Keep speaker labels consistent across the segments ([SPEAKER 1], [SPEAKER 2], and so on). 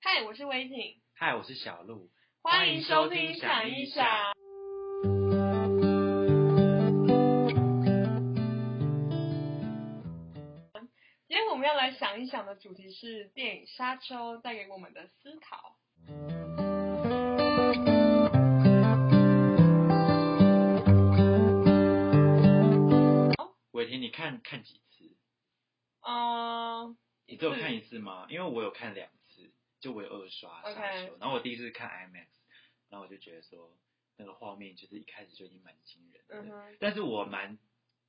[SPEAKER 1] 嗨，我是威婷，
[SPEAKER 2] 嗨，我是小鹿，
[SPEAKER 1] 欢迎收听想一想。今天我们要来想一想的主题是电影《沙丘》带给我们的思考。
[SPEAKER 2] 伟霆，你看看几次？
[SPEAKER 1] 嗯，
[SPEAKER 2] 你只有看一次吗？因为我有看两次，就我有二刷《沙丘》，然后我第一次看 IMAX，然后我就觉得说那个画面就是一开始就已经蛮惊人
[SPEAKER 1] 嗯
[SPEAKER 2] 的，
[SPEAKER 1] 哼，
[SPEAKER 2] 但是我蛮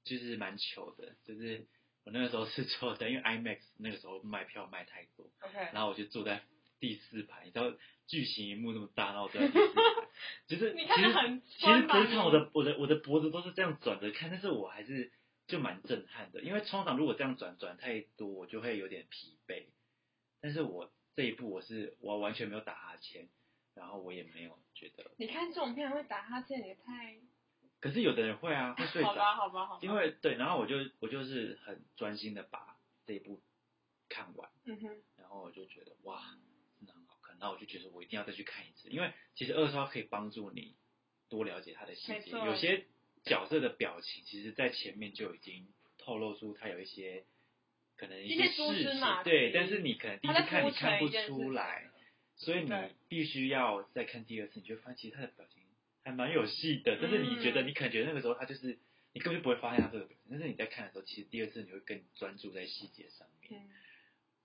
[SPEAKER 2] 就是蛮糗的，就是我那个时候是 坐在，因为 IMAX 那个时候卖票卖太多，
[SPEAKER 1] ，OK，
[SPEAKER 2] 然后我就坐在第四排，你知道巨型荧幕那么大，然后我坐在第四排，就是
[SPEAKER 1] 你
[SPEAKER 2] 其
[SPEAKER 1] 看
[SPEAKER 2] 实
[SPEAKER 1] 得很
[SPEAKER 2] 其实
[SPEAKER 1] 酸吧
[SPEAKER 2] 不是看我
[SPEAKER 1] 你？
[SPEAKER 2] 的我的我的脖子都是这样转着看，但是我还是就蛮震撼的，因为通常如果这样转转太多，我就会有点疲惫。但是我这一部我是我完全没有打哈欠，然后我也没有觉得，
[SPEAKER 1] 你看这种片会打哈欠也太……
[SPEAKER 2] 可是有的人会啊，会睡
[SPEAKER 1] 好吧，
[SPEAKER 2] 着，
[SPEAKER 1] 好吧，好吧。
[SPEAKER 2] 因为对，然后我就我就是很专心的把这一部看完。
[SPEAKER 1] 嗯哼，
[SPEAKER 2] 然后我就觉得哇，真的很好看。那我就觉得我一定要再去看一次，因为其实二刷可以帮助你多了解他的细
[SPEAKER 1] 没
[SPEAKER 2] 节。
[SPEAKER 1] 错
[SPEAKER 2] 有些角色的表情，其实在前面就已经透露出他有一些可能
[SPEAKER 1] 一些
[SPEAKER 2] 些
[SPEAKER 1] 蛛
[SPEAKER 2] 事
[SPEAKER 1] 丝
[SPEAKER 2] 情
[SPEAKER 1] 马，
[SPEAKER 2] 对，
[SPEAKER 1] 迹
[SPEAKER 2] 但是你可能第一次
[SPEAKER 1] 他在
[SPEAKER 2] 看你
[SPEAKER 1] 铺陈
[SPEAKER 2] 看不
[SPEAKER 1] 一件事
[SPEAKER 2] 出
[SPEAKER 1] 情
[SPEAKER 2] 来，所以你
[SPEAKER 1] 对
[SPEAKER 2] 必须要再看第二次，你就会发现其实他的表情还蛮有戏的。但是你觉得
[SPEAKER 1] 嗯
[SPEAKER 2] 你可能觉得那个时候他就是。你根本就不会发现他这个表情，但是你在看的时候，其实第二次你会更专注在细节上面，
[SPEAKER 1] 嗯，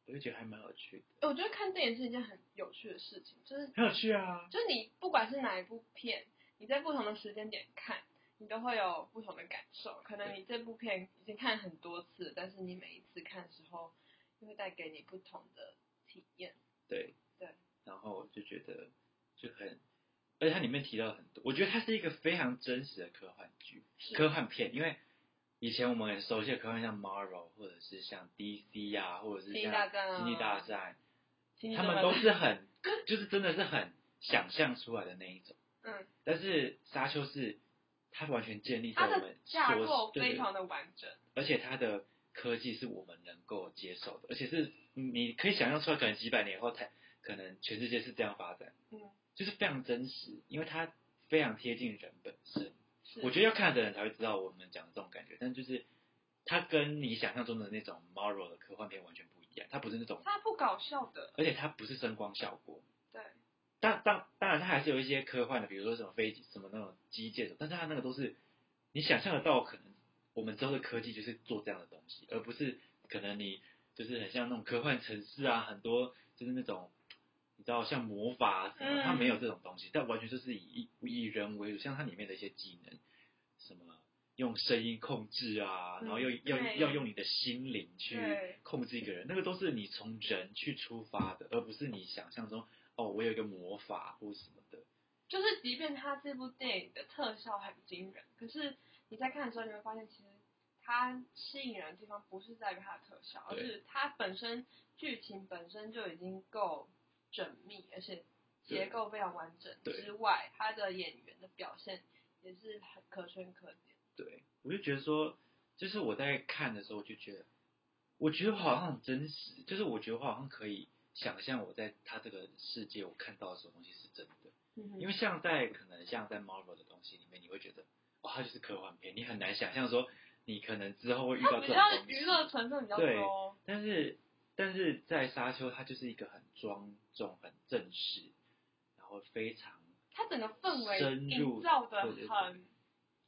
[SPEAKER 2] 我就觉得还蛮有趣的。
[SPEAKER 1] 我觉得看电影是一件很有趣的事情，就是
[SPEAKER 2] 很有趣啊。
[SPEAKER 1] 就是你不管是哪一部片，你在不同的时间点看，你都会有不同的感受。可能你这部片已经看很多次，但是你每一次看的时候，就会带给你不同的体验。
[SPEAKER 2] 对
[SPEAKER 1] 对，
[SPEAKER 2] 然后我就觉得就很，而且它里面提到很多，我觉得它是一个非常真实的科幻剧、
[SPEAKER 1] 是
[SPEAKER 2] 科幻片，因为以前我们很熟悉的科幻像 Marvel 或者是像 DC 啊，或者是
[SPEAKER 1] 星际
[SPEAKER 2] 像
[SPEAKER 1] 大战啊
[SPEAKER 2] 星际大战，
[SPEAKER 1] 请你
[SPEAKER 2] 他
[SPEAKER 1] 怎么
[SPEAKER 2] 们
[SPEAKER 1] 了
[SPEAKER 2] 都是很就是真的是很想象出来的那一种，
[SPEAKER 1] 嗯，
[SPEAKER 2] 但是沙丘是它完全建立在
[SPEAKER 1] 它
[SPEAKER 2] 我
[SPEAKER 1] 的
[SPEAKER 2] 们
[SPEAKER 1] 架
[SPEAKER 2] 所
[SPEAKER 1] 构
[SPEAKER 2] 对
[SPEAKER 1] 非常的完整。
[SPEAKER 2] 而且它的科技是我们能够接受的，而且是你可以想象出来，可能几百年后台，可能全世界是这样发展，
[SPEAKER 1] 嗯，
[SPEAKER 2] 就是非常真实，因为它非常贴近人本身。
[SPEAKER 1] 是，
[SPEAKER 2] 我觉得要看的人才会知道我们讲的这种感觉，但就是它跟你想象中的那种 Marvel 的科幻片完全不一样，它不是那种，
[SPEAKER 1] 它不搞笑的，
[SPEAKER 2] 而且它不是声光效果，
[SPEAKER 1] 对，
[SPEAKER 2] 当当当然，它还是有一些科幻的，比如说什么飞机、什么那种机械的，但是它那个都是你想象得到，可能我们之后的科技就是做这样的东西，而不是可能你就是很像那种科幻城市啊，很多就是那种你知道像魔法啊什么，
[SPEAKER 1] 嗯
[SPEAKER 2] 它没有这种东西，但完全就是以以人为主，像它里面的一些技能，什么用声音控制啊，
[SPEAKER 1] 嗯
[SPEAKER 2] 然后要要
[SPEAKER 1] 对
[SPEAKER 2] 要用你的心灵去
[SPEAKER 1] 对
[SPEAKER 2] 控制一个人，那个都是你从人去出发的，而不是你想象中哦，我有一个魔法或什么的。
[SPEAKER 1] 就是即便它这部电影的特效很惊人，可是你在看的时候，你会发现其实它吸引人的地方不是在于它的特效，而
[SPEAKER 2] 对
[SPEAKER 1] 是它本身剧情本身就已经够缜密，而且结构非常完整
[SPEAKER 2] 对
[SPEAKER 1] 之外，它的演员的表现也是很可圈可点。
[SPEAKER 2] 对，我就觉得说，就是我在看的时候，我就觉得，我觉得我好像很真实，就是我觉得我好像可以想象我在他这个世界我看到的什么东西是真的。
[SPEAKER 1] 嗯哼
[SPEAKER 2] 因为像在可能像在 Marvel 的东西里面，你会觉得哦，它就是科幻片，你很难想象说你可能之后会遇
[SPEAKER 1] 它
[SPEAKER 2] 到
[SPEAKER 1] 比
[SPEAKER 2] 这种
[SPEAKER 1] 较
[SPEAKER 2] 东西。
[SPEAKER 1] 娱乐成分比较
[SPEAKER 2] 对
[SPEAKER 1] 多，
[SPEAKER 2] 但是但是在沙丘，它就是一个很庄重、很正式，然后非常
[SPEAKER 1] 它整个氛围
[SPEAKER 2] 深入
[SPEAKER 1] 营造的
[SPEAKER 2] 对对对
[SPEAKER 1] 很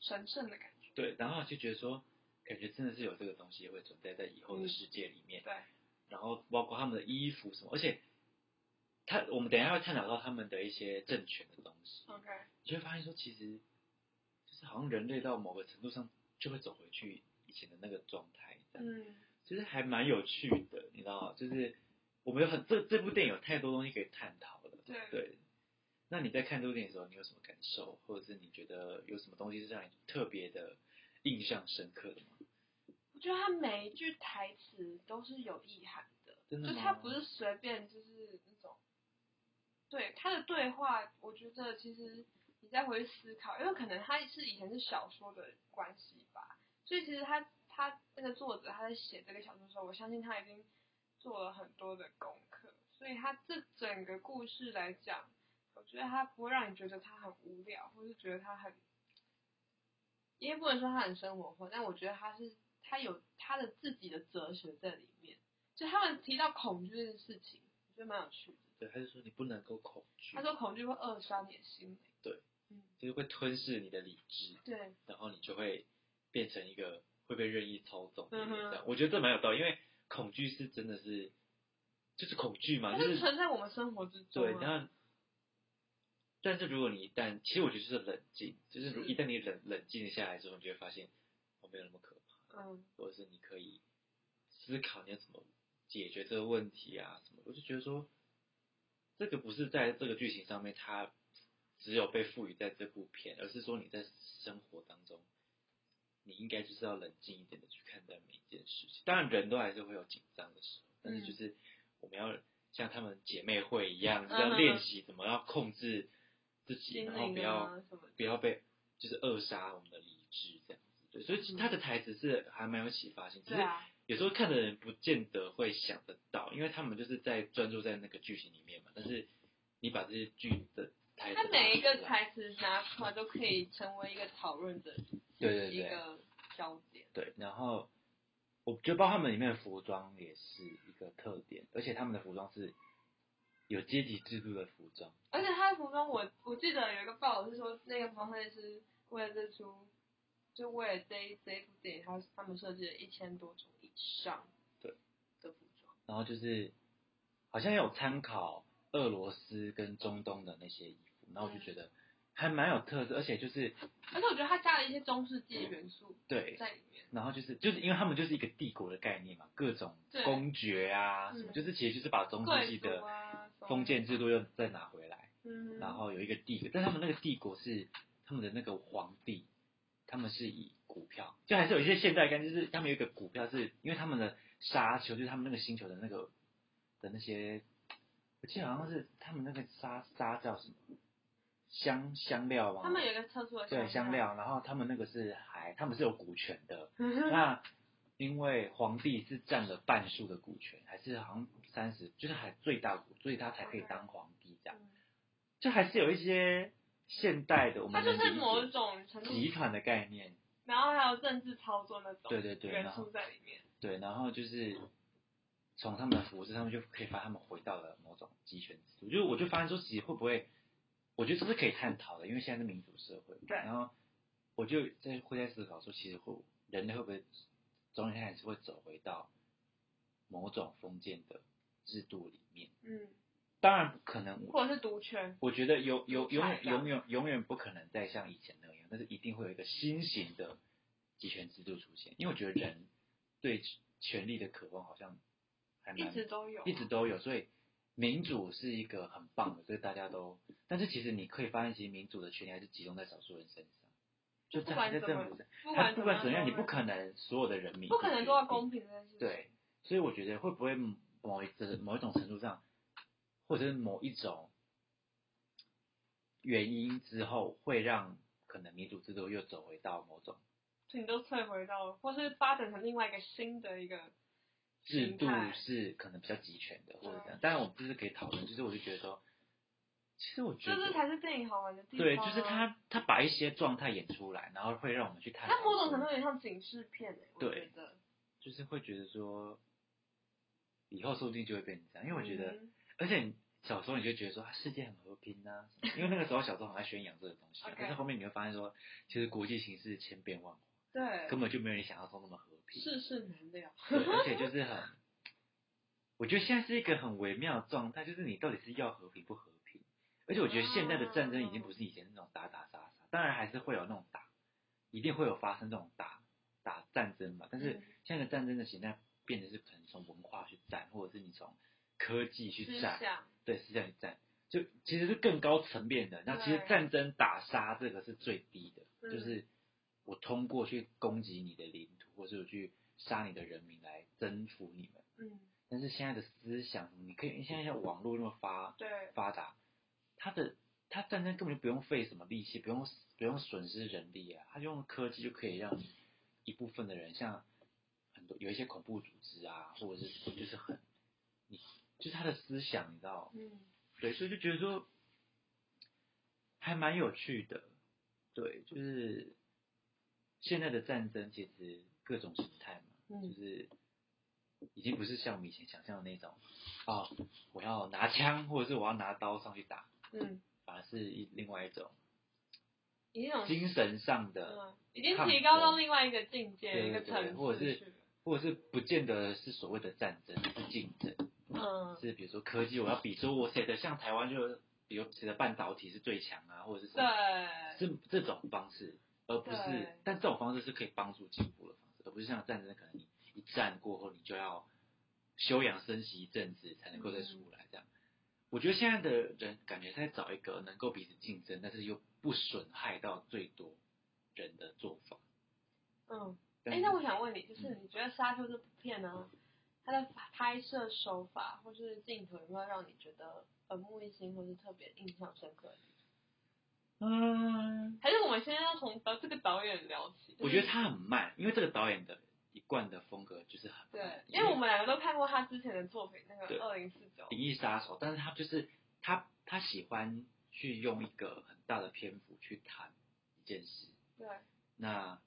[SPEAKER 1] 神圣的感觉。
[SPEAKER 2] 对，然后就觉得说，感觉真的是有这个东西会存在在以后的世界里面。
[SPEAKER 1] 对，
[SPEAKER 2] 然后包括他们的衣服什么，而且他我们等一下会探讨到他们的一些政权的东西，
[SPEAKER 1] OK，
[SPEAKER 2] 就会发现说，其实就是好像人类到某个程度上就会走回去以前的那个状态，这样，
[SPEAKER 1] 嗯，
[SPEAKER 2] 其实还蛮有趣的，你知道吗？就是我们有很这这部电影有太多东西可以探讨了，
[SPEAKER 1] 对
[SPEAKER 2] 对。那你在看这部电影的时候，你有什么感受，或者是你觉得有什么东西是让你特别的印象深刻的吗？
[SPEAKER 1] 我觉得他每一句台词都是有意涵的，
[SPEAKER 2] 真的
[SPEAKER 1] 就
[SPEAKER 2] 吗
[SPEAKER 1] 他不是随便就是那种，对他的对话，我觉得其实你再回去思考，因为可能他是以前是小说的关系吧，所以其实他他那个作者他在写这个小说的时候，我相信他已经做了很多的功课，所以它这整个故事来讲，我觉得它不会让你觉得它很无聊，或是觉得它很，也不能说它很生活化，但我觉得它是它有它的自己的哲学在里面。就他们提到恐惧这件事情，我觉得蛮有趣的。
[SPEAKER 2] 对，他就说你不能够恐惧
[SPEAKER 1] 他，说恐惧会扼杀你的心灵。
[SPEAKER 2] 对，
[SPEAKER 1] 嗯，
[SPEAKER 2] 就是会吞噬你的理智，
[SPEAKER 1] 对，
[SPEAKER 2] 然后你就会变成一个会被任意操纵的人。
[SPEAKER 1] 嗯哼
[SPEAKER 2] 这样我觉得这蛮有道理，因为恐惧是真的是就是恐惧嘛，
[SPEAKER 1] 它
[SPEAKER 2] 就是是
[SPEAKER 1] 存在我们生活之中、
[SPEAKER 2] 对，
[SPEAKER 1] 啊。
[SPEAKER 2] 然后，但是如果你一旦，其实我觉得就是冷静，就是如
[SPEAKER 1] 是
[SPEAKER 2] 一旦你冷冷静下来之后，你就会发现哦，没有那么可怕，
[SPEAKER 1] 嗯，
[SPEAKER 2] 或者是你可以思考你要怎么解决这个问题啊什么。我就觉得说，这个不是在这个剧情上面它只有被赋予在这部片，而是说你在生活当中，你应该就是要冷静一点的去看待每一件事情。当然，人都还是会有紧张的时候，但
[SPEAKER 1] 嗯
[SPEAKER 2] 是就是我们要像她们姐妹会一样，就是要练习怎么要控制自己，
[SPEAKER 1] 嗯心
[SPEAKER 2] 然后不
[SPEAKER 1] 灵
[SPEAKER 2] 要
[SPEAKER 1] 啊什么的。
[SPEAKER 2] 不要被就是扼杀我们的理智这样子。对，所以其实他的台词是还蛮有启发性，
[SPEAKER 1] 嗯
[SPEAKER 2] 只
[SPEAKER 1] 对
[SPEAKER 2] 是
[SPEAKER 1] 啊，
[SPEAKER 2] 有时候看的人不见得会想得到，因为他们就是在专注在那个剧情里面嘛。但是你把这些剧的台词，
[SPEAKER 1] 他每一个，
[SPEAKER 2] 啊
[SPEAKER 1] 台词拿出来都可以成为一个讨论的
[SPEAKER 2] 对对
[SPEAKER 1] 一
[SPEAKER 2] 对
[SPEAKER 1] 个焦点。
[SPEAKER 2] 对，然后我觉得包括他们里面的服装也是一个特点，而且他们的服装是有阶级制度的服装，
[SPEAKER 1] 而且他的服装，我我记得有一个报道是说，那个服装设计师为了这出，就为了这一这一部电影，他他们设计了一千多种以上
[SPEAKER 2] 对
[SPEAKER 1] 的服装。
[SPEAKER 2] 然后就是好像有参考俄罗斯跟中东的那些衣服，然后我就觉
[SPEAKER 1] 嗯
[SPEAKER 2] 得还蛮有特色，而且就是
[SPEAKER 1] 而且我觉得他加了一些中世纪的元素
[SPEAKER 2] 对，
[SPEAKER 1] 在里面。
[SPEAKER 2] 然后就是就是因为他们就是一个帝国的概念嘛，各种
[SPEAKER 1] 对
[SPEAKER 2] 公爵啊什么，
[SPEAKER 1] 嗯
[SPEAKER 2] 就是其实就是把中世纪
[SPEAKER 1] 贵族
[SPEAKER 2] 的
[SPEAKER 1] 啊，什么
[SPEAKER 2] 封建制度又再拿回来，
[SPEAKER 1] 嗯，
[SPEAKER 2] 然后有一个帝国，但他们那个帝国是他们的那个皇帝，他们是以股票，就还是有一些现代概念，就是他们有一个股票是，因为他们的沙丘，就是他们那个星球的那个的那些，我记得好像是他们那个沙沙叫什么香香料吗？
[SPEAKER 1] 他们有一个特殊的
[SPEAKER 2] 对香
[SPEAKER 1] 料，
[SPEAKER 2] 料，然后他们那个是还他们是有股权的，
[SPEAKER 1] 嗯
[SPEAKER 2] 那因为皇帝是占了半数的股权，还是好像三十，就是还最大股，所以他才可以当皇帝这样。就还是有一些现代的，我
[SPEAKER 1] 它
[SPEAKER 2] 们
[SPEAKER 1] 就
[SPEAKER 2] 能
[SPEAKER 1] 是
[SPEAKER 2] 理解
[SPEAKER 1] 某种程度，
[SPEAKER 2] 集团的概念，
[SPEAKER 1] 然后还有政治操作那种
[SPEAKER 2] 对对对
[SPEAKER 1] 元
[SPEAKER 2] 然后
[SPEAKER 1] 素在里面。
[SPEAKER 2] 对，然后就是从他们的服饰，他们就可以发现他们回到了某种集权制度。就是我就发现说，其实会不会，我觉得这是可以探讨的，因为现在是民主社会嘛。
[SPEAKER 1] 对
[SPEAKER 2] 然后我就在会在思考说，其实会人类会不会终有一天还是会走回到某种封建的制度里面？
[SPEAKER 1] 嗯，
[SPEAKER 2] 当然，可能我
[SPEAKER 1] 或者是毒圈，
[SPEAKER 2] 我觉得有有永远
[SPEAKER 1] 太大
[SPEAKER 2] 永远永远不可能再像以前那样，但是一定会有一个新型的集权制度出现。因为我觉得人对权力的渴望好像还蛮
[SPEAKER 1] 一直都有，啊
[SPEAKER 2] 一直都有，所以民主是一个很棒的，所以大家都。但是其实你可以发现，其实民主的权利还是集中在少数人身上，就
[SPEAKER 1] 不
[SPEAKER 2] 在还
[SPEAKER 1] 管
[SPEAKER 2] 在
[SPEAKER 1] 怎
[SPEAKER 2] 政
[SPEAKER 1] 么
[SPEAKER 2] 府上，，
[SPEAKER 1] 不
[SPEAKER 2] 还
[SPEAKER 1] 管
[SPEAKER 2] 不管怎么样，你
[SPEAKER 1] 都
[SPEAKER 2] 不可能所有的人民
[SPEAKER 1] 不可能做到
[SPEAKER 2] 公。
[SPEAKER 1] 公平这件事情。
[SPEAKER 2] 对，所以我觉得会不会某一个某一种程度上，或者是某一种原因之后，会让可能民主制度又走回到某种
[SPEAKER 1] 所以你都退回到，或是发展成另外一个新的一个
[SPEAKER 2] 制
[SPEAKER 1] 形
[SPEAKER 2] 度
[SPEAKER 1] 态
[SPEAKER 2] 是可能比较集权的，或者
[SPEAKER 1] 嗯
[SPEAKER 2] 这样。当然，我们就是可以讨论，就是我就觉得说，其实我觉
[SPEAKER 1] 这
[SPEAKER 2] 得
[SPEAKER 1] 这才是电影好玩的地方、啊
[SPEAKER 2] 对，就是。他他把一些状态演出来，然后会让我们去探讨
[SPEAKER 1] 它某种
[SPEAKER 2] 说
[SPEAKER 1] 程度有点像警示片诶、我
[SPEAKER 2] 对
[SPEAKER 1] 觉得。
[SPEAKER 2] 就是会觉得说，以后说不定就会变成这样，因为我觉得。
[SPEAKER 1] 嗯
[SPEAKER 2] 而且你小时候你就觉得说、啊、世界很和平呐、啊，什么因为那个时候小时候很爱宣扬这个东西啊、
[SPEAKER 1] OK
[SPEAKER 2] 但是后面你会发现说，其实国际形势千变万化，根
[SPEAKER 1] 对，
[SPEAKER 2] 本就没有你想象中那么和平。
[SPEAKER 1] 世事难料。
[SPEAKER 2] 对，而且就是很，我觉得现在是一个很微妙的状态，就是你到底是要和平不和平？而且我觉得现在的战争已经不是以前那种打打杀杀，当然还是会有那种打，一定会有发生这种打打战争嘛。但是
[SPEAKER 1] 嗯
[SPEAKER 2] 现在的战争的形态变得是可能从文化去战，或者是你从科技去
[SPEAKER 1] 思
[SPEAKER 2] 战，
[SPEAKER 1] 想，
[SPEAKER 2] 对，思想去战，就其实是更高层面的。那其实
[SPEAKER 1] 对
[SPEAKER 2] 战争打杀这个是最低的，
[SPEAKER 1] 嗯
[SPEAKER 2] 就是我通过去攻击你的领土，或是我去杀你的人民来征服你们。
[SPEAKER 1] 嗯，
[SPEAKER 2] 但是现在的思想，你可以现在像网络那么发
[SPEAKER 1] 对，
[SPEAKER 2] 发达，它的它战争根本就不用费什么力气，不用不用损失人力啊，它用科技就可以让你一部分的人，像很多有一些恐怖组织啊，或者是就是很你就是他的思想，你知道？
[SPEAKER 1] 嗯，
[SPEAKER 2] 对，所以就觉得说还蛮有趣的。对，就是现在的战争其实各种形态嘛，
[SPEAKER 1] 嗯
[SPEAKER 2] 就是已经不是像我们以前想象的那种啊、我要拿枪或者是我要拿刀上去打，
[SPEAKER 1] 嗯，
[SPEAKER 2] 反而是一另外一种
[SPEAKER 1] 以一种
[SPEAKER 2] 精神上的，
[SPEAKER 1] 嗯，已经提高到另外一个境界、
[SPEAKER 2] 对
[SPEAKER 1] 一个
[SPEAKER 2] 对对，
[SPEAKER 1] 层
[SPEAKER 2] 或者
[SPEAKER 1] 次
[SPEAKER 2] 是
[SPEAKER 1] 去了。
[SPEAKER 2] 或者是不见得是所谓的战争，是竞争。
[SPEAKER 1] 嗯，
[SPEAKER 2] 是比如说科技，我要比说我谁的像台湾就比如谁的半导体是最强啊，或者是什么
[SPEAKER 1] 对，
[SPEAKER 2] 是这种方式，而不
[SPEAKER 1] 对
[SPEAKER 2] 是但这种方式是可以帮助进步的方式，而不是像战争可能你一战过后你就要休养生息一阵子才能够再出来这样。我觉得现在的人感觉在找一个能够彼此竞争，但是又不损害到最多人的做法。
[SPEAKER 1] 嗯，
[SPEAKER 2] 但
[SPEAKER 1] 哎，那我想问你，就是
[SPEAKER 2] 嗯
[SPEAKER 1] 你觉得《沙丘》这部片呢，它的拍摄手法或是镜头有没有让你觉得耳目一新，或是特别印象深刻的？
[SPEAKER 2] 嗯，
[SPEAKER 1] 还是我们现在要从导这个导演聊起？
[SPEAKER 2] 我觉得
[SPEAKER 1] 他
[SPEAKER 2] 他很慢，因为这个导演的一贯的风格就是很慢
[SPEAKER 1] 对，因为我们两个都看过他之前的作品，那个
[SPEAKER 2] 对
[SPEAKER 1] 《二零四九
[SPEAKER 2] 《灵》。异杀手》，但是他就是他他喜欢去用一个很大的篇幅去谈一件事。
[SPEAKER 1] 对，
[SPEAKER 2] 那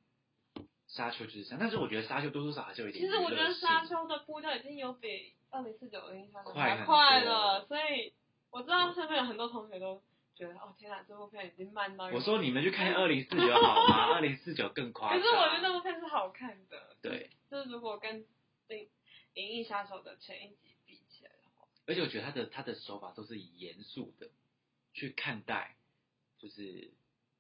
[SPEAKER 2] 沙丘就是这样，但是我觉得沙丘多多少少还是有一点
[SPEAKER 1] 其
[SPEAKER 2] 娱乐
[SPEAKER 1] 实
[SPEAKER 2] 性。
[SPEAKER 1] 我觉得《沙丘》的步调已经有比《二零四九》的印象中
[SPEAKER 2] 快
[SPEAKER 1] 还
[SPEAKER 2] 很
[SPEAKER 1] 快
[SPEAKER 2] 多
[SPEAKER 1] 了，所以我知道身边有很多同学都觉得，哦天哪，这部片已经慢到一个
[SPEAKER 2] 我说你们去看二零四九 好吗？二零四九更夸
[SPEAKER 1] 可
[SPEAKER 2] 张。
[SPEAKER 1] 是我觉得那部片是好看的，
[SPEAKER 2] 对，
[SPEAKER 1] 就是如果跟《银银翼杀手》的前一集比起来的话，
[SPEAKER 2] 而且我觉得他的他的手法都是以严肃的去看待，就是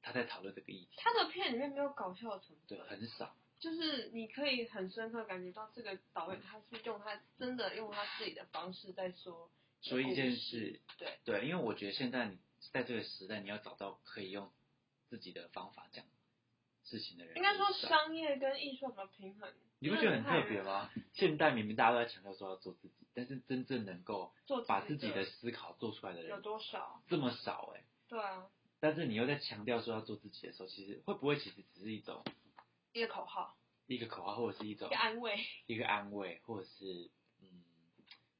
[SPEAKER 2] 他在讨论这个议题，
[SPEAKER 1] 他的片里面没有搞笑的成分，
[SPEAKER 2] 对，很少。
[SPEAKER 1] 就是你可以很深刻感觉到这个导演他是用他真的用他自己的方式在说
[SPEAKER 2] 说一件
[SPEAKER 1] 故
[SPEAKER 2] 事，
[SPEAKER 1] 对
[SPEAKER 2] 对，因为我觉得现在你在这个时代，你要找到可以用自己的方法讲事情的人，
[SPEAKER 1] 应该说
[SPEAKER 2] 是啊，
[SPEAKER 1] 商业跟艺术怎么平衡，
[SPEAKER 2] 你不觉得很特别？吗？现代明明大家都在强调说要做自己，但是真正能够
[SPEAKER 1] 做
[SPEAKER 2] 把自己
[SPEAKER 1] 的
[SPEAKER 2] 的思考做出来的
[SPEAKER 1] 有
[SPEAKER 2] 人
[SPEAKER 1] 多少？
[SPEAKER 2] 这么少哎、
[SPEAKER 1] 对啊，
[SPEAKER 2] 但是你又在强调说要做自己的时候，其实会不会其实只是一种
[SPEAKER 1] 一个口号，
[SPEAKER 2] 一个口号，或者是一
[SPEAKER 1] 一
[SPEAKER 2] 种
[SPEAKER 1] 个安慰。
[SPEAKER 2] 一个安慰，或者是嗯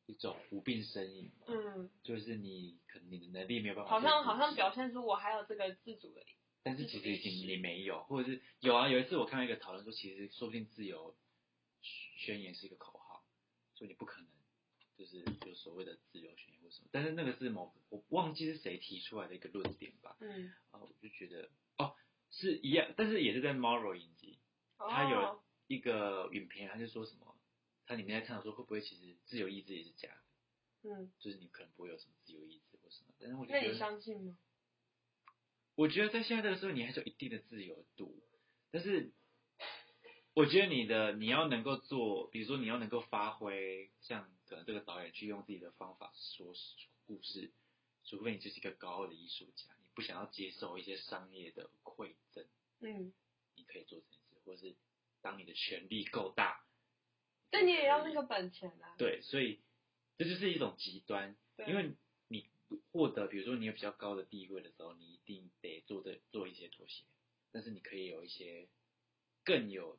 [SPEAKER 2] 一种无病呻吟，
[SPEAKER 1] 嗯，
[SPEAKER 2] 就是你可能你的能力没有办法
[SPEAKER 1] 好像
[SPEAKER 2] 对
[SPEAKER 1] 好像
[SPEAKER 2] 自己
[SPEAKER 1] 表现出我还有这个自主的
[SPEAKER 2] 但
[SPEAKER 1] 嗯
[SPEAKER 2] 是其实已经你没有，或者是有啊。有一次我看到一个讨论说，其实说不定自由宣言是一个口号，所以你不可能就是有所谓的自由宣言或什么。但是那个是某我忘记是谁提出来的一个论点吧，
[SPEAKER 1] 嗯，
[SPEAKER 2] 啊，我就觉得哦是一样，但是也是在 Morrow 影集他有
[SPEAKER 1] 哦
[SPEAKER 2] 一个影片，他就说什么，他里面在探讨说会不会其实自由意志也是假的，
[SPEAKER 1] 嗯，
[SPEAKER 2] 就是你可能不会有什么自由意志或什么。但是我就
[SPEAKER 1] 那
[SPEAKER 2] 觉
[SPEAKER 1] 你
[SPEAKER 2] 得
[SPEAKER 1] 相信吗？
[SPEAKER 2] 我觉得在现在这个时候，你还是有一定的自由度，但是我觉得你的你要能够做，比如说你要能够发挥，像可能这个导演去用自己的方法说故事，除非你就是一个高傲的艺术家，你不想要接受一些商业的馈赠，
[SPEAKER 1] 嗯，
[SPEAKER 2] 你可以做这件事，或是当你的权力够大，
[SPEAKER 1] 但你也要那个本钱啊。
[SPEAKER 2] 对，所以这就是一种极端，
[SPEAKER 1] 对啊
[SPEAKER 2] 因为你获得，比如说你有比较高的地位的时候，你一定得做的做一些妥协，但是你可以有一些更有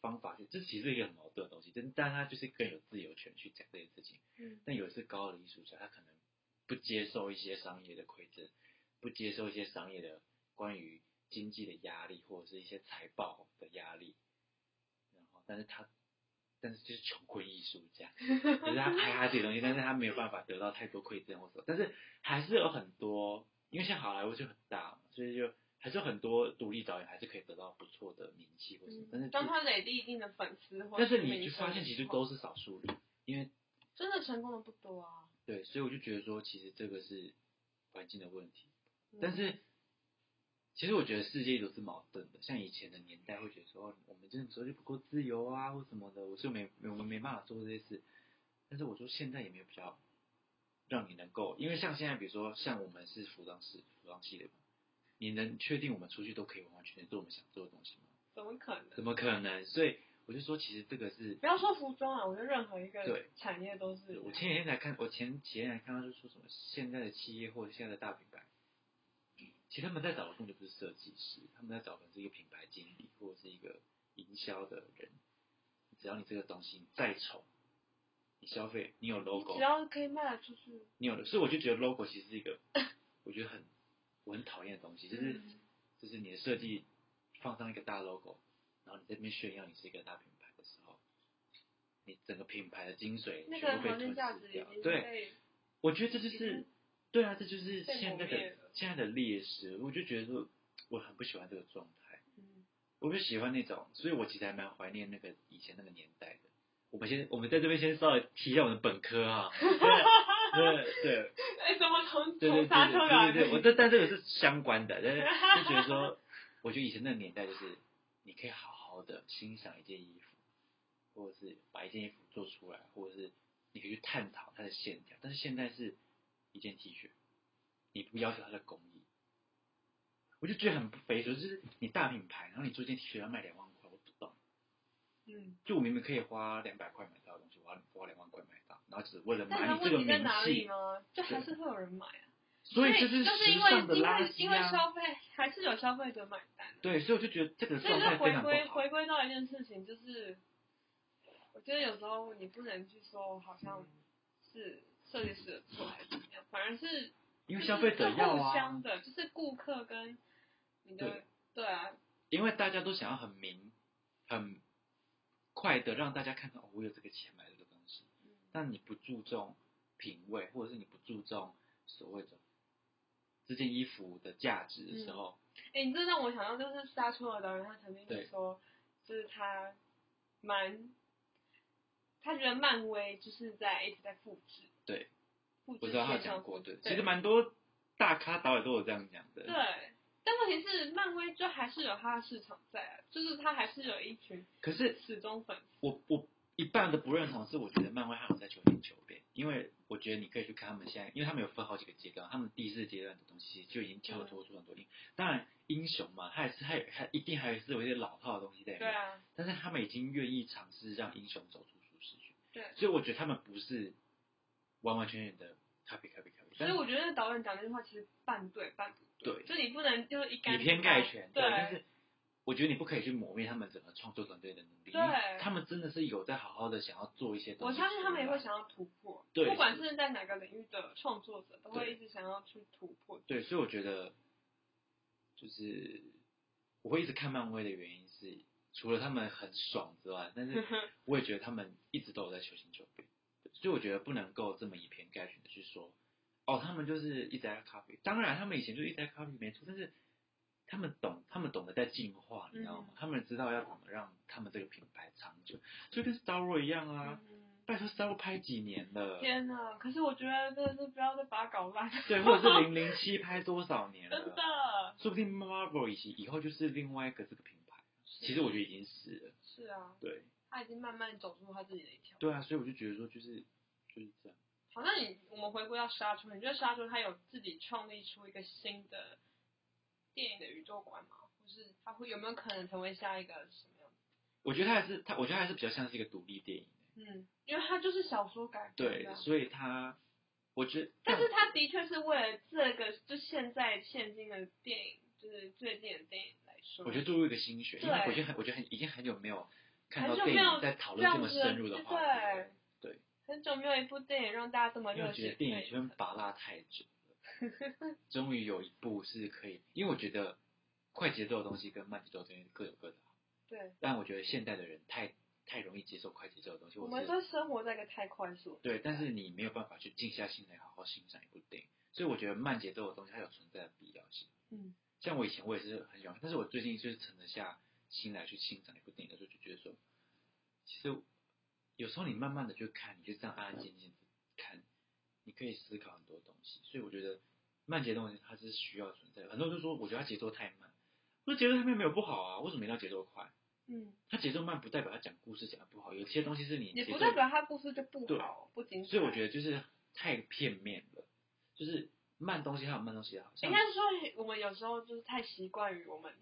[SPEAKER 2] 方法去，这其实是一个很矛盾的东西，但但他就是更有自由权去讲这件事情。
[SPEAKER 1] 嗯
[SPEAKER 2] 但有一些高傲的艺术家，他可能不接受一些商业的馈赠，不接受一些商业的关于经济的压力或者是一些财报的压力，然后但是他。但是就是穷困艺术家， 就是他拍他自己的东西，但是他没有办法得到太多馈赠或什么，但是还是有很多，因为像好莱坞就很大嘛，所以就还是有很多独立导演还是可以得到不错的名气或什么，但是
[SPEAKER 1] 嗯，
[SPEAKER 2] 就
[SPEAKER 1] 当他累积一定的粉丝或
[SPEAKER 2] 但是
[SPEAKER 1] 名
[SPEAKER 2] 你就
[SPEAKER 1] 声
[SPEAKER 2] 发现其
[SPEAKER 1] 的
[SPEAKER 2] 实
[SPEAKER 1] 时候
[SPEAKER 2] 都是少数人，因为
[SPEAKER 1] 真的成功的不多啊。
[SPEAKER 2] 对，所以我就觉得说，其实这个是环境的问题。
[SPEAKER 1] 嗯
[SPEAKER 2] 但是，其实我觉得世界都是矛盾的。像以前的年代会觉得说，哦我们这种时候就不够自由啊，或什么的，我就没我们没办法做这些事。但是我说现在也没有比较让你能够，因为像现在，比如说像我们是服装师、服装系的嘛，你能确定我们出去都可以完完全全做我们想做的东西吗？
[SPEAKER 1] 怎么可能？
[SPEAKER 2] 怎么可能？所以我就说，其实这个是
[SPEAKER 1] 不要说服装啊，我觉得任何一个
[SPEAKER 2] 对
[SPEAKER 1] 产业都是。
[SPEAKER 2] 我前几天才看，我前几天才看到，就说什么现在的企业或者现在的大品牌，其实他们在找的根本就不是设计师，他们在找的是一个品牌经理或者是一个营销的人。只要你这个东西再丑，你消费，你有
[SPEAKER 1] 你
[SPEAKER 2] logo，
[SPEAKER 1] 只要可以卖得出去，
[SPEAKER 2] 你有的，所以我就觉得 logo 其实是一个我觉得很我很讨厌的东西，就是、
[SPEAKER 1] 嗯
[SPEAKER 2] 就是你的设计放上一个大 logo，然后你在那边炫耀你是一个大品牌的时候，你整个品牌的精髓
[SPEAKER 1] 那
[SPEAKER 2] 全
[SPEAKER 1] 个
[SPEAKER 2] 部被
[SPEAKER 1] 核
[SPEAKER 2] 吞
[SPEAKER 1] 心价
[SPEAKER 2] 噬
[SPEAKER 1] 值已
[SPEAKER 2] 掉
[SPEAKER 1] 经。
[SPEAKER 2] 对，
[SPEAKER 1] 被
[SPEAKER 2] 我觉得这就
[SPEAKER 1] 已经
[SPEAKER 2] 是对啊，这就是
[SPEAKER 1] 被
[SPEAKER 2] 现在
[SPEAKER 1] 磨灭
[SPEAKER 2] 的
[SPEAKER 1] 了
[SPEAKER 2] 现在的劣势。我就觉得说我很不喜欢这个状态。
[SPEAKER 1] 嗯
[SPEAKER 2] 我就喜欢那种，所以我其实还蛮怀念那个以前那个年代的。我们先，我们在这边先稍微提一下我们的本科啊，对对
[SPEAKER 1] 哎，怎么从
[SPEAKER 2] 对对对
[SPEAKER 1] 从
[SPEAKER 2] 对
[SPEAKER 1] 刹车
[SPEAKER 2] 对
[SPEAKER 1] 了？
[SPEAKER 2] 对对，我这但这 个是相关的，但是就觉得说，我觉得以前那个年代就是你可以好好的欣赏一件衣服，或者是把一件衣服做出来，或者是你可以去探讨它的线条，但是现在是一件 T 恤，你不要求它的工艺，我就觉得很不肥说，就是你大品牌，然后你做一件 T 恤要卖两万块，我不懂。
[SPEAKER 1] 嗯，
[SPEAKER 2] 就我明明可以花两百块买到的东西，我要花两万块买到，然后只为了
[SPEAKER 1] 但
[SPEAKER 2] 买
[SPEAKER 1] 它
[SPEAKER 2] 你这
[SPEAKER 1] 问
[SPEAKER 2] 个
[SPEAKER 1] 题在
[SPEAKER 2] 名
[SPEAKER 1] 哪里
[SPEAKER 2] 气，
[SPEAKER 1] 呢？就还是会有人买啊，
[SPEAKER 2] 所以
[SPEAKER 1] 就
[SPEAKER 2] 这
[SPEAKER 1] 是
[SPEAKER 2] 时
[SPEAKER 1] 因为
[SPEAKER 2] 尚
[SPEAKER 1] 因
[SPEAKER 2] 的垃
[SPEAKER 1] 为
[SPEAKER 2] 圾
[SPEAKER 1] 因为
[SPEAKER 2] 啊。
[SPEAKER 1] 消费还是有消费者买单的，
[SPEAKER 2] 对，所以我就觉得这个
[SPEAKER 1] 所以
[SPEAKER 2] 状
[SPEAKER 1] 就
[SPEAKER 2] 态非
[SPEAKER 1] 回
[SPEAKER 2] 常
[SPEAKER 1] 归
[SPEAKER 2] 不好。
[SPEAKER 1] 回归到一件事情，就是我觉得有时候你不能去说好像
[SPEAKER 2] 嗯
[SPEAKER 1] 是设计师的错还是怎么样，反而是
[SPEAKER 2] 因
[SPEAKER 1] 就
[SPEAKER 2] 为
[SPEAKER 1] 是
[SPEAKER 2] 消费者
[SPEAKER 1] 是
[SPEAKER 2] 要
[SPEAKER 1] 互
[SPEAKER 2] 啊
[SPEAKER 1] 相，的，就是顾客跟你的
[SPEAKER 2] 对
[SPEAKER 1] 对啊，
[SPEAKER 2] 因为大家都想要很明、很快的让大家看到、哦、我有这个钱买这个东西，
[SPEAKER 1] 嗯
[SPEAKER 2] 但你不注重品味，或者是你不注重所谓的这件衣服的价值的时候，
[SPEAKER 1] 哎、你这让我想到就是杀出的导演，他曾经就
[SPEAKER 2] 对
[SPEAKER 1] 说，就是他蛮，他觉得漫威就是在一直在复制，
[SPEAKER 2] 对，
[SPEAKER 1] 复制
[SPEAKER 2] 我知道他
[SPEAKER 1] 线
[SPEAKER 2] 讲
[SPEAKER 1] 上
[SPEAKER 2] 过，
[SPEAKER 1] 复
[SPEAKER 2] 对
[SPEAKER 1] 制，
[SPEAKER 2] 其实蛮多大咖导演都有这样讲的，
[SPEAKER 1] 对，但问题是漫威就还是有它的市场在啊，就是它还是有一群
[SPEAKER 2] 可是
[SPEAKER 1] 始终粉丝，
[SPEAKER 2] 我我一半的不认同是，我觉得漫威还有在求新求变，因为我觉得你可以去看他们现在，因为他们有分好几个阶段，他们第四阶段的东西就已经跳脱出很多英，当然英雄嘛，他也是还有还一定还是有一些老套的东西在里
[SPEAKER 1] 对
[SPEAKER 2] 面，
[SPEAKER 1] 啊，
[SPEAKER 2] 但是他们已经愿意尝试让英雄走出舒适区，
[SPEAKER 1] 对
[SPEAKER 2] 所以我觉得他们不是完完全全的 copy copy copy，
[SPEAKER 1] 所
[SPEAKER 2] 但
[SPEAKER 1] 以
[SPEAKER 2] 是
[SPEAKER 1] 我觉得导演讲那句话其实半对半不
[SPEAKER 2] 对
[SPEAKER 1] 就你不能就是一竿
[SPEAKER 2] 以
[SPEAKER 1] 子
[SPEAKER 2] 偏概全，
[SPEAKER 1] 对，
[SPEAKER 2] 但是。我觉得你不可以去抹灭他们整个创作团队的能力，
[SPEAKER 1] 对
[SPEAKER 2] 因为他们真的是有在好好的想要做一些东
[SPEAKER 1] 我
[SPEAKER 2] 西出来。
[SPEAKER 1] 相信他们也会想要突破，
[SPEAKER 2] 对
[SPEAKER 1] 不管是在哪个领域的创作者，都会
[SPEAKER 2] 对
[SPEAKER 1] 一直想要去突破。
[SPEAKER 2] 对，所以我觉得就是我会一直看漫威的原因是，除了他们很爽之外，但
[SPEAKER 1] 嗯
[SPEAKER 2] 是我也觉得他们一直都有在求新求变，对所以我觉得不能够这么以偏概全的去说，哦，他们就是一直在 copy，当然他们以前就一直在 copy 没错，但是他们懂，他们懂得在进化，你知道吗？
[SPEAKER 1] 嗯
[SPEAKER 2] 他们知道要怎么让他们这个品牌长久，就跟 Star Wars 一样啊，
[SPEAKER 1] 嗯
[SPEAKER 2] 拜托 Star Wars 拍几年了，
[SPEAKER 1] 天呐！可是我觉得真的是不要再把它搞烂，
[SPEAKER 2] 对，或者是零零七拍多少年了，
[SPEAKER 1] 真 的
[SPEAKER 2] 说不定 Marvel 以及以后就是另外一个这个品牌。其实我觉得已经是了，
[SPEAKER 1] 是啊，
[SPEAKER 2] 对
[SPEAKER 1] 他已经慢慢走出他自己的一条。
[SPEAKER 2] 对啊，所以我就觉得说就是就是这样，
[SPEAKER 1] 好，那你我们回归到沙丘，你觉得沙丘他有自己创立出一个新的电影的宇宙观吗？或是他会有没有可能成为下一个什么样？
[SPEAKER 2] 我觉得它还是它，我觉得它还是比较像是一个独立电影，
[SPEAKER 1] 嗯，因为他就是小说改编
[SPEAKER 2] 对
[SPEAKER 1] 的啊，，
[SPEAKER 2] 所以它我觉得，
[SPEAKER 1] 但是他的确是为了这个，就现在现今的电影，就是最近的电影来说，
[SPEAKER 2] 我觉得注入一个新血，因为
[SPEAKER 1] 对
[SPEAKER 2] 我觉得很我觉得很已经很久没有看
[SPEAKER 1] 很
[SPEAKER 2] 到
[SPEAKER 1] 久
[SPEAKER 2] 电
[SPEAKER 1] 没有
[SPEAKER 2] 影在讨
[SPEAKER 1] 这
[SPEAKER 2] 论这
[SPEAKER 1] 样
[SPEAKER 2] 么
[SPEAKER 1] 子的
[SPEAKER 2] 深入的话题，
[SPEAKER 1] 对
[SPEAKER 2] 对，
[SPEAKER 1] 很久没有一部电影让大家这么
[SPEAKER 2] 因为
[SPEAKER 1] 热
[SPEAKER 2] 我觉
[SPEAKER 1] 血
[SPEAKER 2] 得
[SPEAKER 1] 沸
[SPEAKER 2] 电影圈
[SPEAKER 1] 腾。
[SPEAKER 2] 拔拉太久 了，终于有一部是可以，因为我觉得快节奏的东西跟慢节奏的东西各有各的好。
[SPEAKER 1] 对，
[SPEAKER 2] 但我觉得现代的人太太容易接受快节奏的东西，
[SPEAKER 1] 我
[SPEAKER 2] 我
[SPEAKER 1] 们
[SPEAKER 2] 是
[SPEAKER 1] 都生活在一个太快速的时代。
[SPEAKER 2] 对，但是你没有办法去静下心来好好欣赏一部电影，所以我觉得慢节奏的东西它有存在的必要性。
[SPEAKER 1] 嗯，
[SPEAKER 2] 像我以前我也是很喜欢，但是我最近就是沉得下心来去欣赏一部电影的时候，就觉得说，其实有时候你慢慢的去看，你就这样安安静静的看，你可以思考很多东西。所以我觉得慢节奏的东西它是需要存在的。很多人就说，我觉得它节奏太慢，我说节奏太慢没有不好啊，为什么一定要节奏快？
[SPEAKER 1] 嗯，
[SPEAKER 2] 他节奏慢不代表他讲故事讲的不好，有些东西是你
[SPEAKER 1] 也
[SPEAKER 2] 节
[SPEAKER 1] 不
[SPEAKER 2] 奏，
[SPEAKER 1] 代表他故事就不
[SPEAKER 2] 对
[SPEAKER 1] 好，不精彩。
[SPEAKER 2] 所以我觉得就是太片面了，就是慢东西还有慢东西的啊好，像
[SPEAKER 1] 应该是说我们有时候就是太习惯于我们，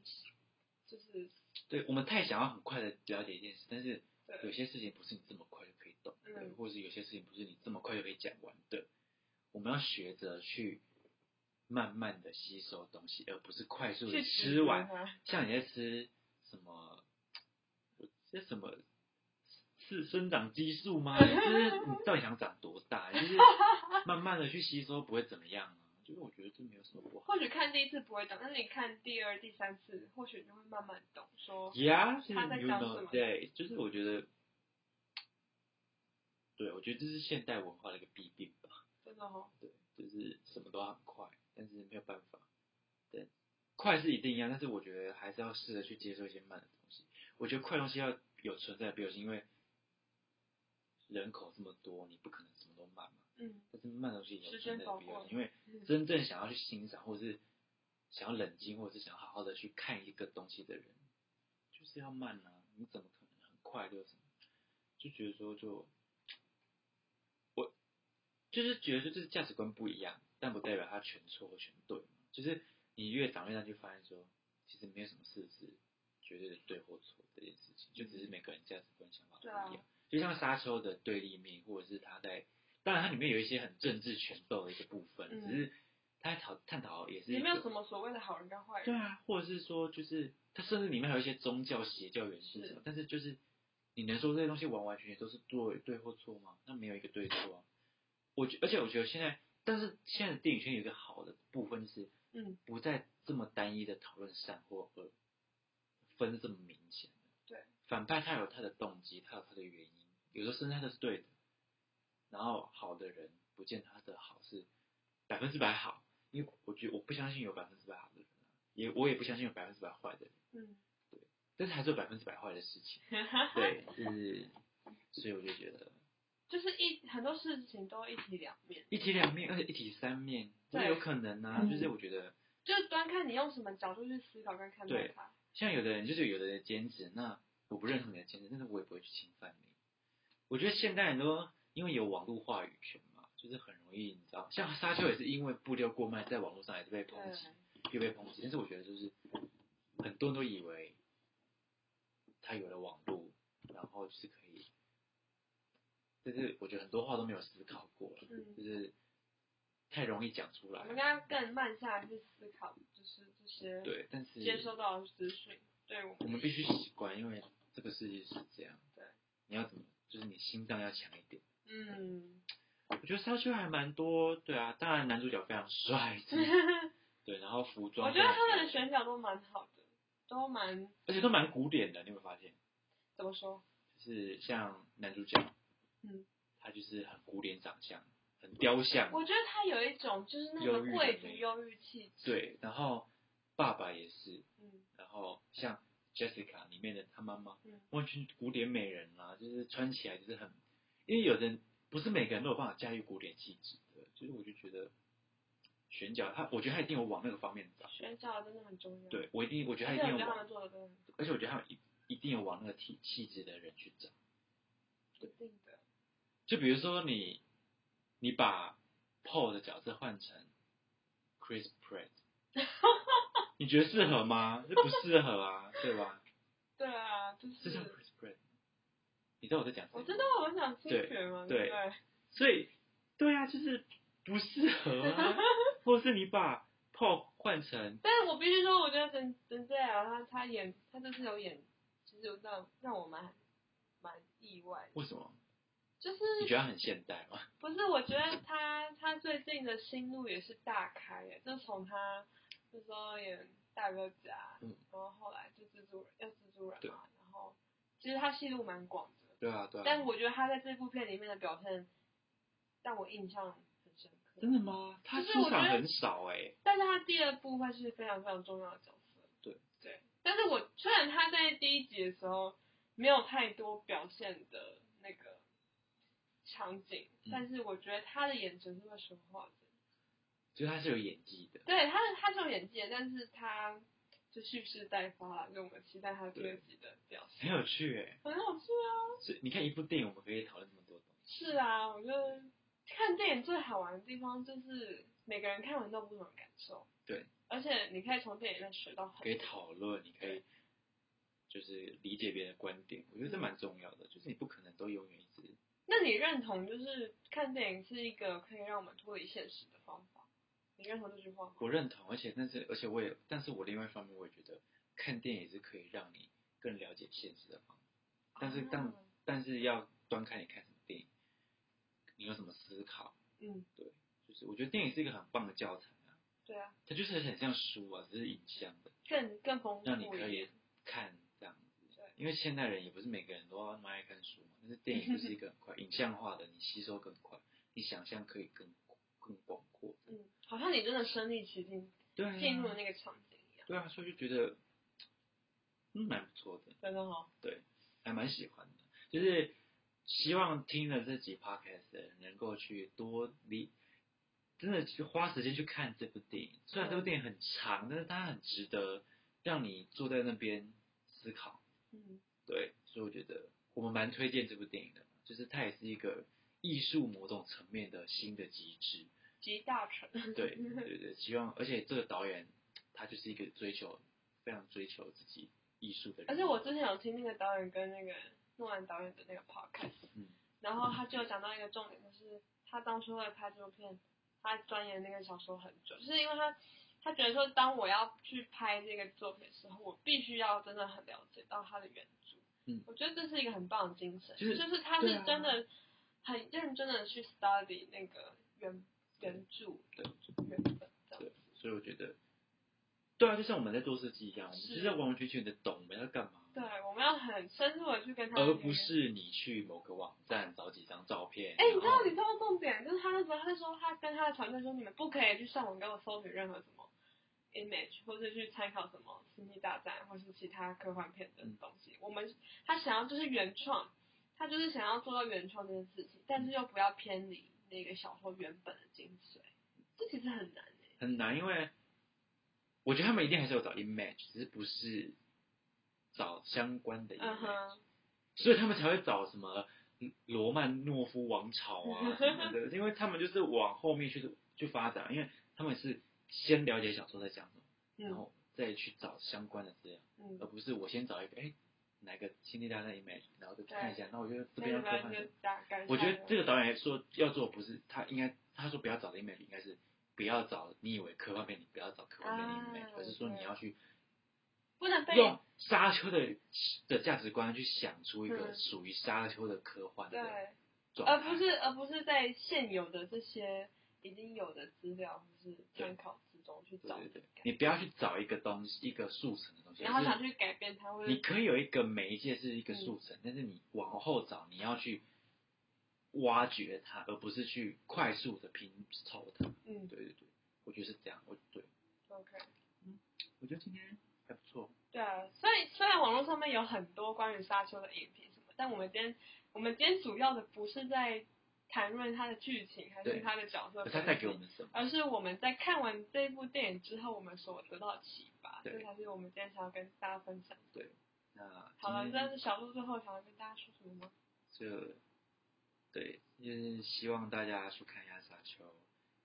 [SPEAKER 1] 就是
[SPEAKER 2] 对我们太想要很快的了解一件事，但是有
[SPEAKER 1] 对，
[SPEAKER 2] 些事情不是你这么快就可以懂的，
[SPEAKER 1] 嗯
[SPEAKER 2] 或者是有些事情不是你这么快就可以讲完的，我们要学着去慢慢的吸收东西，而不是快速的
[SPEAKER 1] 去啊
[SPEAKER 2] 吃完
[SPEAKER 1] 它。
[SPEAKER 2] 像你在吃什么，我这什么是生长激素吗？就是你到底想长多大？就是慢慢的去吸收，不会怎么样啊。就是我觉得这没有什么不好。
[SPEAKER 1] 或许看第一次不会懂，但是你看第二、第三次，或许你会慢慢懂。说
[SPEAKER 2] Yeah，
[SPEAKER 1] 他在
[SPEAKER 2] you
[SPEAKER 1] 讲
[SPEAKER 2] know，
[SPEAKER 1] 什么
[SPEAKER 2] 对，就是我觉得，对我觉得这是现代文化的一个弊病吧。
[SPEAKER 1] 真的哦，
[SPEAKER 2] 对，就是什么都要很快，但是没有办法。对，快是一定要，但是我觉得还是要试着去接受一些慢的东西。我觉得快东西要有存在的必要性，因为人口这么多，你不可能什么都慢嘛。
[SPEAKER 1] 嗯，
[SPEAKER 2] 但是慢的东西有
[SPEAKER 1] 时
[SPEAKER 2] 存
[SPEAKER 1] 间
[SPEAKER 2] 在
[SPEAKER 1] 宝
[SPEAKER 2] 的必要
[SPEAKER 1] 贵
[SPEAKER 2] 性，因为
[SPEAKER 1] 嗯
[SPEAKER 2] 真正想要去欣赏，或者是想要冷静，或者是想好好的去看一个东西的人，就是要慢啊！你怎么可能很快就什么？就觉得说就我就是觉得说这是价值观不一样，但不代表他全错或全对嘛。就是你越长越大，就发现说其实没有什么事是绝对的对或错这件事情，就只是每个人价值观想法不
[SPEAKER 1] 对啊
[SPEAKER 2] 一样。就像沙丘的对立面，或者是他在当然它里面有一些很政治权斗的一个部分，
[SPEAKER 1] 嗯
[SPEAKER 2] 只是他在讨探讨也是
[SPEAKER 1] 也没
[SPEAKER 2] 一
[SPEAKER 1] 有
[SPEAKER 2] 个
[SPEAKER 1] 什么所谓的好人跟坏
[SPEAKER 2] 对
[SPEAKER 1] 人，
[SPEAKER 2] 啊，或者是说就是它甚至里面还有一些宗教邪教元素什么，但是就是你能说这些东西完完全全都是对对或错吗？那没有一个对错啊。我觉而且我觉得现在，但是现在的电影圈有一个好的部分是，
[SPEAKER 1] 嗯，
[SPEAKER 2] 不再这么单一的讨论善或恶，分这么明显了
[SPEAKER 1] 对，
[SPEAKER 2] 反派他有他的动机，他有他的原因，有时候甚至他的是对的，然后好的人不见他的好是百分之百好，因为我觉得我不相信有百分之百好的人啊，也我也不相信有百分之百坏的人，
[SPEAKER 1] 嗯，
[SPEAKER 2] 但是还是有百分之百坏的事情。对，
[SPEAKER 1] 啊
[SPEAKER 2] 就是，所以我就觉得
[SPEAKER 1] 就是一很多事情都一体两面，
[SPEAKER 2] 一体两面，而且一体三面，这
[SPEAKER 1] 对
[SPEAKER 2] 有可能啊。
[SPEAKER 1] 嗯
[SPEAKER 2] 就是我觉得，
[SPEAKER 1] 就是端看你用什么角度去思考跟看待
[SPEAKER 2] 对
[SPEAKER 1] 它。
[SPEAKER 2] 像有的人就是有的人坚持，那我不认同你的坚持，但是我也不会去侵犯你。我觉得现代人都因为有网络话语权嘛，就是很容易，你知道，像沙丘也是因为步调过慢，在网络上也是被抨击。又被抨击。但是我觉得就是很多人都以为他有了网络，然后就是可以，但是我觉得很多话都没有思考过了，
[SPEAKER 1] 嗯
[SPEAKER 2] 就是太容易讲出
[SPEAKER 1] 我
[SPEAKER 2] 来
[SPEAKER 1] 们应。该更慢下来去思考，就是这些
[SPEAKER 2] 对，但是
[SPEAKER 1] 接收到的资讯对我们
[SPEAKER 2] 我们必须习惯，因为这个世界是这样。
[SPEAKER 1] 对，
[SPEAKER 2] 你要怎么，就是你心脏要强一点。
[SPEAKER 1] 嗯，
[SPEAKER 2] 我觉得沙丘还蛮多，对啊，当然男主角非常帅 气，
[SPEAKER 1] 我
[SPEAKER 2] 对，然后服装非
[SPEAKER 1] 觉得他
[SPEAKER 2] 常漂亮，
[SPEAKER 1] 们的选角都蛮好的，都蛮
[SPEAKER 2] 而且都蛮古典的，你有没有发现？
[SPEAKER 1] 怎么说？
[SPEAKER 2] 就是像男主角，
[SPEAKER 1] 嗯，
[SPEAKER 2] 他就是很古典长相，很雕像，
[SPEAKER 1] 我觉得他有一种就是那
[SPEAKER 2] 忧
[SPEAKER 1] 个
[SPEAKER 2] 郁的
[SPEAKER 1] 贵族
[SPEAKER 2] 那个
[SPEAKER 1] 忧郁气质，
[SPEAKER 2] 对，然后爸爸也是，
[SPEAKER 1] 嗯
[SPEAKER 2] 然后像 Jessica 里面的他妈妈，
[SPEAKER 1] 嗯
[SPEAKER 2] 完全古典美人啦、就是穿起来就是很，因为有的人不是每个人都有办法驾驭古典气质的，就是我就觉得选角他，我觉得他一定有往那个方面找，
[SPEAKER 1] 选角真的很重要。，
[SPEAKER 2] 对我一定，我觉得
[SPEAKER 1] 而
[SPEAKER 2] 他一
[SPEAKER 1] 且我
[SPEAKER 2] 定
[SPEAKER 1] 觉
[SPEAKER 2] 有
[SPEAKER 1] 得他
[SPEAKER 2] 往，
[SPEAKER 1] 们做的真的很
[SPEAKER 2] 而且我觉得他们一一定有往那个体气质的人去找。
[SPEAKER 1] 一定的，
[SPEAKER 2] 就比如说你，你把 Paul 的角色换成 Chris Pratt，你觉得适合吗？这不适合啊，对吧？
[SPEAKER 1] 对啊，就
[SPEAKER 2] 这像
[SPEAKER 1] 是
[SPEAKER 2] Chris Pratt，你知道我在讲什么？
[SPEAKER 1] 我知道。我想侵权嘛，
[SPEAKER 2] 对
[SPEAKER 1] 对不对？
[SPEAKER 2] 所以，对啊，就是不适合 啊，或者是你把 Paul 换成，
[SPEAKER 1] 但是我必须说，我觉得真真对啊，他他演他这次有演，其实让让我蛮蛮意外的，
[SPEAKER 2] 为什么？
[SPEAKER 1] 就是
[SPEAKER 2] 你觉得他很现代吗？
[SPEAKER 1] 不是，我觉得他他最近的心路也是大开耶，就从他那时候演大哥甲，
[SPEAKER 2] 嗯
[SPEAKER 1] 然后后来就蜘蛛人，要蜘蛛人
[SPEAKER 2] 对
[SPEAKER 1] 嘛，然后其实他戏路蛮广的，
[SPEAKER 2] 对啊，对
[SPEAKER 1] 但我觉得他在这部片里面的表现让我印象很深刻。
[SPEAKER 2] 真的吗？他
[SPEAKER 1] 就是
[SPEAKER 2] 出
[SPEAKER 1] 我觉
[SPEAKER 2] 场
[SPEAKER 1] 得
[SPEAKER 2] 很少哎、
[SPEAKER 1] 但是他第二部会是非常非常重要的角色。
[SPEAKER 2] 对
[SPEAKER 1] 对，但是我虽然他在第一集的时候没有太多表现的那个场景，
[SPEAKER 2] 嗯
[SPEAKER 1] 但是我觉得他的眼神是会说话的。
[SPEAKER 2] 就是他是有演技的。
[SPEAKER 1] 对他，他是有演技的，但是他就蓄势待发啦，就我们期待他第二集的表
[SPEAKER 2] 很
[SPEAKER 1] 现。
[SPEAKER 2] 有趣哎、
[SPEAKER 1] 很好吃啊！
[SPEAKER 2] 所以你看一部电影，我们可以讨论这么多东西。
[SPEAKER 1] 是啊，我觉得看电影最好玩的地方就是每个人看完都有不同的感受。
[SPEAKER 2] 对，
[SPEAKER 1] 而且你可以从电影上学到很多。
[SPEAKER 2] 可以讨论，你可以就是理解别人的观点，我觉得这蛮重要的。就是你不可能都永远一直，
[SPEAKER 1] 那你认同就是看电影是一个可以让我们脱离现实的方法？你认同这句话吗？
[SPEAKER 2] 我认同，而且但是而且我也，但是我另外一方面我也觉得看电影是可以让你更了解现实的方法。但是当
[SPEAKER 1] 啊
[SPEAKER 2] 但是要端看你看什么电影，你有什么思考，
[SPEAKER 1] 嗯，
[SPEAKER 2] 就是我觉得电影是一个很棒的教材啊，
[SPEAKER 1] 对啊，
[SPEAKER 2] 它就是很像书啊，只是影像的，
[SPEAKER 1] 更更丰
[SPEAKER 2] 让你
[SPEAKER 1] 富一
[SPEAKER 2] 可以
[SPEAKER 1] 点。
[SPEAKER 2] 看这样子
[SPEAKER 1] 对。
[SPEAKER 2] 因为现代人也不是每个人都那么爱看书嘛，但是电影就是一个 很快影像化的，你吸收更快，你想象可以更更广阔。
[SPEAKER 1] 嗯，好像你真的身临其境
[SPEAKER 2] 对啊，
[SPEAKER 1] 进入了那个场景一样，
[SPEAKER 2] 对啊，所以就觉得嗯蛮不错的，
[SPEAKER 1] 真的哦。
[SPEAKER 2] 还蛮喜欢的。就是希望听了这集 podcast 的人能够去多理，真的去花时间去看这部电影。虽然这部电影很长，但是它很值得让你坐在那边思考。
[SPEAKER 1] 嗯，
[SPEAKER 2] 对，所以我觉得我们蛮推荐这部电影的，就是它也是一个艺术某种层面的新的 极致。
[SPEAKER 1] 集大成。
[SPEAKER 2] 对对对，希望而且这个导演他就是一个追求非常追求自己艺术的人，
[SPEAKER 1] 而且我之前有听那个导演跟那个诺兰导演的那个 podcast，
[SPEAKER 2] 嗯
[SPEAKER 1] 然后他就有讲到一个重点，就是他当初会拍这部片，他钻研那个小说很久，就是因为他他觉得说，当我要去拍这个作品的时候，我必须要真的很了解到他的原著。
[SPEAKER 2] 嗯
[SPEAKER 1] 我觉得这是一个很棒的精神，
[SPEAKER 2] 就是
[SPEAKER 1] 就是他
[SPEAKER 2] 对
[SPEAKER 1] 是
[SPEAKER 2] 啊
[SPEAKER 1] 真的很认真的去 study 那个原原著
[SPEAKER 2] 对
[SPEAKER 1] 原本这样
[SPEAKER 2] 对。，所以我觉得，对啊，就像我们在做设计一样，我们
[SPEAKER 1] 是
[SPEAKER 2] 就是要完完全全的懂我们要干嘛，
[SPEAKER 1] 对，我们要很深入的去跟他
[SPEAKER 2] 而
[SPEAKER 1] 们
[SPEAKER 2] 不是你去某个网站找几张照片，
[SPEAKER 1] 哎、你知道
[SPEAKER 2] 然后
[SPEAKER 1] 你知道重点就是他那时候他就说他跟他的团队说你们不可以去上网给我搜取任何什么 image 或者去参考什么星际大战或是其他科幻片的
[SPEAKER 2] 嗯
[SPEAKER 1] 东西。我们他想要就是原创，他就是想要做到原创这件事情，
[SPEAKER 2] 嗯
[SPEAKER 1] 但是又不要偏离那个小说原本的精髓，这其实很难诶、
[SPEAKER 2] 很难，因为我觉得他们一定还是有找 image，只是不是找相关的 image，、
[SPEAKER 1] 嗯哼，
[SPEAKER 2] 所以他们才会找什么罗曼诺夫王朝 啊什么的，因为他们就是往后面去去发展，因为他们是先了解小说在讲什么，然
[SPEAKER 1] 嗯
[SPEAKER 2] 后再去找相关的资料，而
[SPEAKER 1] 嗯，
[SPEAKER 2] 不是我先找一个哎、哪个星际大战 image，然后再看一下，那我觉得这
[SPEAKER 1] 那
[SPEAKER 2] 边要
[SPEAKER 1] 要不
[SPEAKER 2] 科
[SPEAKER 1] 然
[SPEAKER 2] 幻什
[SPEAKER 1] 就
[SPEAKER 2] 么。
[SPEAKER 1] 大概
[SPEAKER 2] 我觉得这
[SPEAKER 1] 个
[SPEAKER 2] 个导演说要做不是他应该他说不要找的 image 应该是不要找你以为科幻片，你不要找科幻片
[SPEAKER 1] 啊
[SPEAKER 2] 的 image，、而是说你
[SPEAKER 1] 对
[SPEAKER 2] 要去
[SPEAKER 1] 不能被
[SPEAKER 2] 用沙丘的的价值观去想出一个
[SPEAKER 1] 嗯
[SPEAKER 2] 属于沙丘的科幻的
[SPEAKER 1] 对。而
[SPEAKER 2] 状态，
[SPEAKER 1] 不是而不是在现有的这些已经有的资料或是参考之中去
[SPEAKER 2] 对
[SPEAKER 1] 找
[SPEAKER 2] 对
[SPEAKER 1] 这
[SPEAKER 2] 对
[SPEAKER 1] 个感，觉，
[SPEAKER 2] 你不要去找一个东西，一个速成的东西，
[SPEAKER 1] 然后
[SPEAKER 2] 而
[SPEAKER 1] 想
[SPEAKER 2] 是
[SPEAKER 1] 去改变它，或
[SPEAKER 2] 你
[SPEAKER 1] 者
[SPEAKER 2] 可以有一个媒介是一个速成，但是你往后找，你要去挖掘它，而不是去快速的拼凑它。
[SPEAKER 1] 嗯
[SPEAKER 2] 对对对，我觉得是这样。我对
[SPEAKER 1] ，OK，
[SPEAKER 2] 我觉得今天还不错。
[SPEAKER 1] 对啊，虽然虽然网络上面有很多关于沙丘的影评什么，但我们今天我们今天主要的不是在谈论它的剧情还
[SPEAKER 2] 对
[SPEAKER 1] 是它的角色
[SPEAKER 2] 可
[SPEAKER 1] 本
[SPEAKER 2] 它
[SPEAKER 1] 身，
[SPEAKER 2] 带给我们什么？
[SPEAKER 1] 而是我们在看完这部电影之后，我们所得到的启发，
[SPEAKER 2] 对
[SPEAKER 1] 这才是我们今天想要跟大家分享的。
[SPEAKER 2] 那
[SPEAKER 1] 好了，
[SPEAKER 2] 今
[SPEAKER 1] 但
[SPEAKER 2] 天
[SPEAKER 1] 是小鹿最后想要跟大家说什么吗？
[SPEAKER 2] 就对，就是希望大家去看一下沙丘，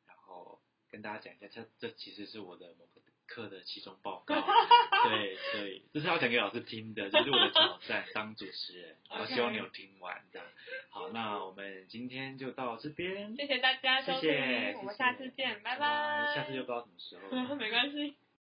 [SPEAKER 2] 然后跟大家讲一下，这这其实是我的某个课的期中报 告。对对，这是要讲给老师听的，这是我的挑战，当主持人，然后希望你有听完这样。好，那我们今天就到这边，
[SPEAKER 1] 谢谢大家收
[SPEAKER 2] 谢
[SPEAKER 1] 听，
[SPEAKER 2] 谢，
[SPEAKER 1] 我们
[SPEAKER 2] 谢 谢
[SPEAKER 1] 下次见，拜
[SPEAKER 2] 拜下次就不知道什么时候了。
[SPEAKER 1] 没关系。